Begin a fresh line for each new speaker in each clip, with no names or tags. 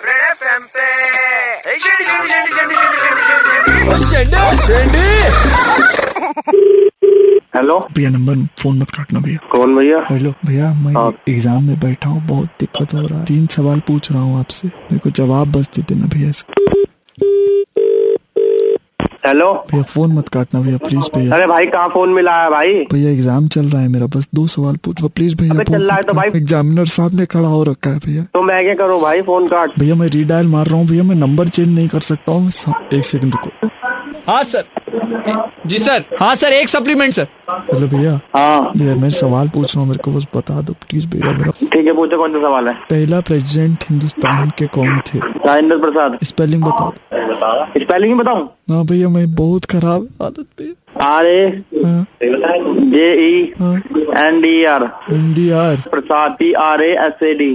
FM पे ए, शेंडी, शेंडी, शेंडी, शेंडी, शेंडी, शेंडी, शेंडी, शेंडी।
हेलो
भैया नंबर फोन मत काटना भैया
कौन भैया
हेलो भैया मैं
हाँ।
एग्जाम में बैठा हूँ बहुत दिक्कत हो रहा है तीन सवाल पूछ रहा हूँ आपसे मेरे को जवाब बस दे देना भैया इसका।
हेलो
भैया फोन मत काटना भैया प्लीज भैया
अरे भाई कहाँ फोन मिला है भाई
भैया एग्जाम चल रहा है मेरा बस दो सवाल पूछो प्लीज भैया
अबे चल रहा है तो भाई-
एग्जामिनर साहब ने खड़ा हो रखा है भैया
तो मैं क्या करूँ भाई फोन काट
भैया मैं रीडायल मार रहा हूँ भैया मैं नंबर चेंज नहीं कर सकता हूँ सा- एक सेकंड रुको
हाँ सर जी सर हाँ सर एक सप्लीमेंट सर
हेलो भैया
हाँ
भैया मैं सवाल पूछ रहा हूँ मेरे को बस बता दो प्लीज भैया मेरा
ठीक है पूछो कौन सा सवाल है
पहला प्रेसिडेंट हिंदुस्तान के कौन थे
राजेंद्र प्रसाद
स्पेलिंग बता दो
स्पेलिंग बताऊँ
हाँ भैया मैं बहुत खराब हालत में
आर ए
हाँ
जे ई
हाँ
N D R
N D R
Prasad P R A S A D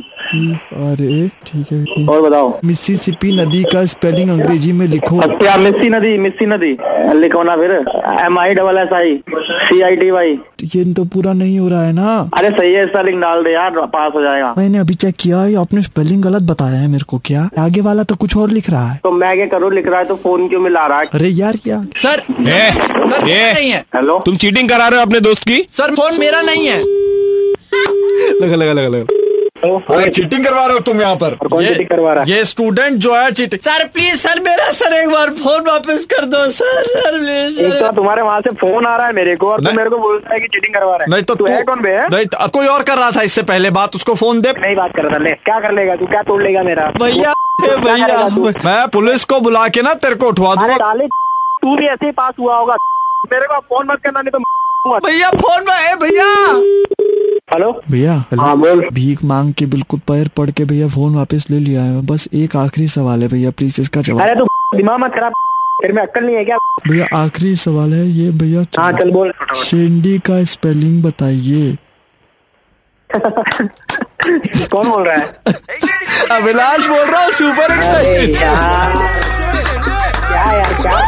R A ठीक है
और बताओ
मिसिसिपी नदी का स्पेलिंग अंग्रेजी में लिखो
क्या अच्छा, मिस्सी नदी मिस्सी नदी लिखो ना फिर M I double S I C I T Y
ये तो पूरा नहीं हो रहा है ना
अरे सही है स्पेलिंग डाल दे यार पास हो जाएगा
मैंने अभी चेक किया है आपने स्पेलिंग गलत बताया है मेरे को क्या आगे वाला तो कुछ और लिख रहा है
तो मैं क्या करूँ लिख रहा है तो फोन क्यों मिला रहा है
अरे यार क्या
सर
ए,
सर
ए।
मेरा नहीं है
हेलो
तुम चीटिंग करा रहे हो अपने दोस्त की
सर फोन मेरा नहीं है
लगा लगा लगा लगा अरे चीटिंग करवा रहे हो तुम यहाँ पर
कौन सी
ये,
दिक्कत करवा रहा है
ये स्टूडेंट जो है चीटिंग सर प्लीज सर मेरा सर एक बार फोन वापस कर दो सर सर प्लीज
एक तो तुम्हारे वहाँ से फोन आ रहा है मेरे को और तू
नहीं।
मेरे को बोलता है कि चीटिंग करवा रहा है
नहीं तो
तू
तू-
है कौन बे
नहीं तो- कोई और कर रहा था इससे पहले बात उसको फोन दे
नहीं बात कर रहा था ले क्या कर लेगा तू क्या तोड़ लेगा मेरा
भैया हे भैया
करेगा तू?
मैं पुलिस को बुला के ना तेरे को उठवा
अरे
दूंगा
डाले तू भी ऐसे ही पास हुआ होगा मेरे को फोन मत करना नहीं तो
भैया फोन में है भैया
हेलो
भैया
हाँ बोल
भीख मांग के बिल्कुल पैर पड़ के भैया फोन वापस ले लिया है बस एक आखिरी सवाल है भैया प्लीज इसका जवाब
अरे तू दिमाग मत खराब तेरे में अक्कल नहीं है क्या
भैया आखिरी सवाल है ये भैया
हाँ चल बोल
शेंडी का स्पेलिंग बताइए
कौन बोल रहा है
अभिलाष बोल रहा हूँ सुपर
अरे
एक्सप्रेस
यार क्या यार क्या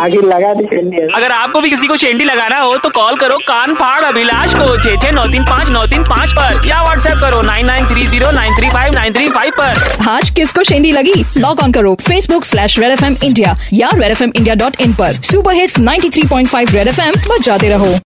आगे लगा दी खेलनी है
अगर आपको भी किसी को शेंडी लगाना हो तो कॉल करो कान फाड़ अभिलाष को छे छे नौ तीन पाँच नौ तीन पाँच पर या व्हाट्सएप करो nine nine three zero nine three five nine three five पर
आज किसको शेंडी लगी लॉग ऑन करो Facebook slash Red F M India या Red F M India dot in पर super hits 93.5 Red F M बजाते रहो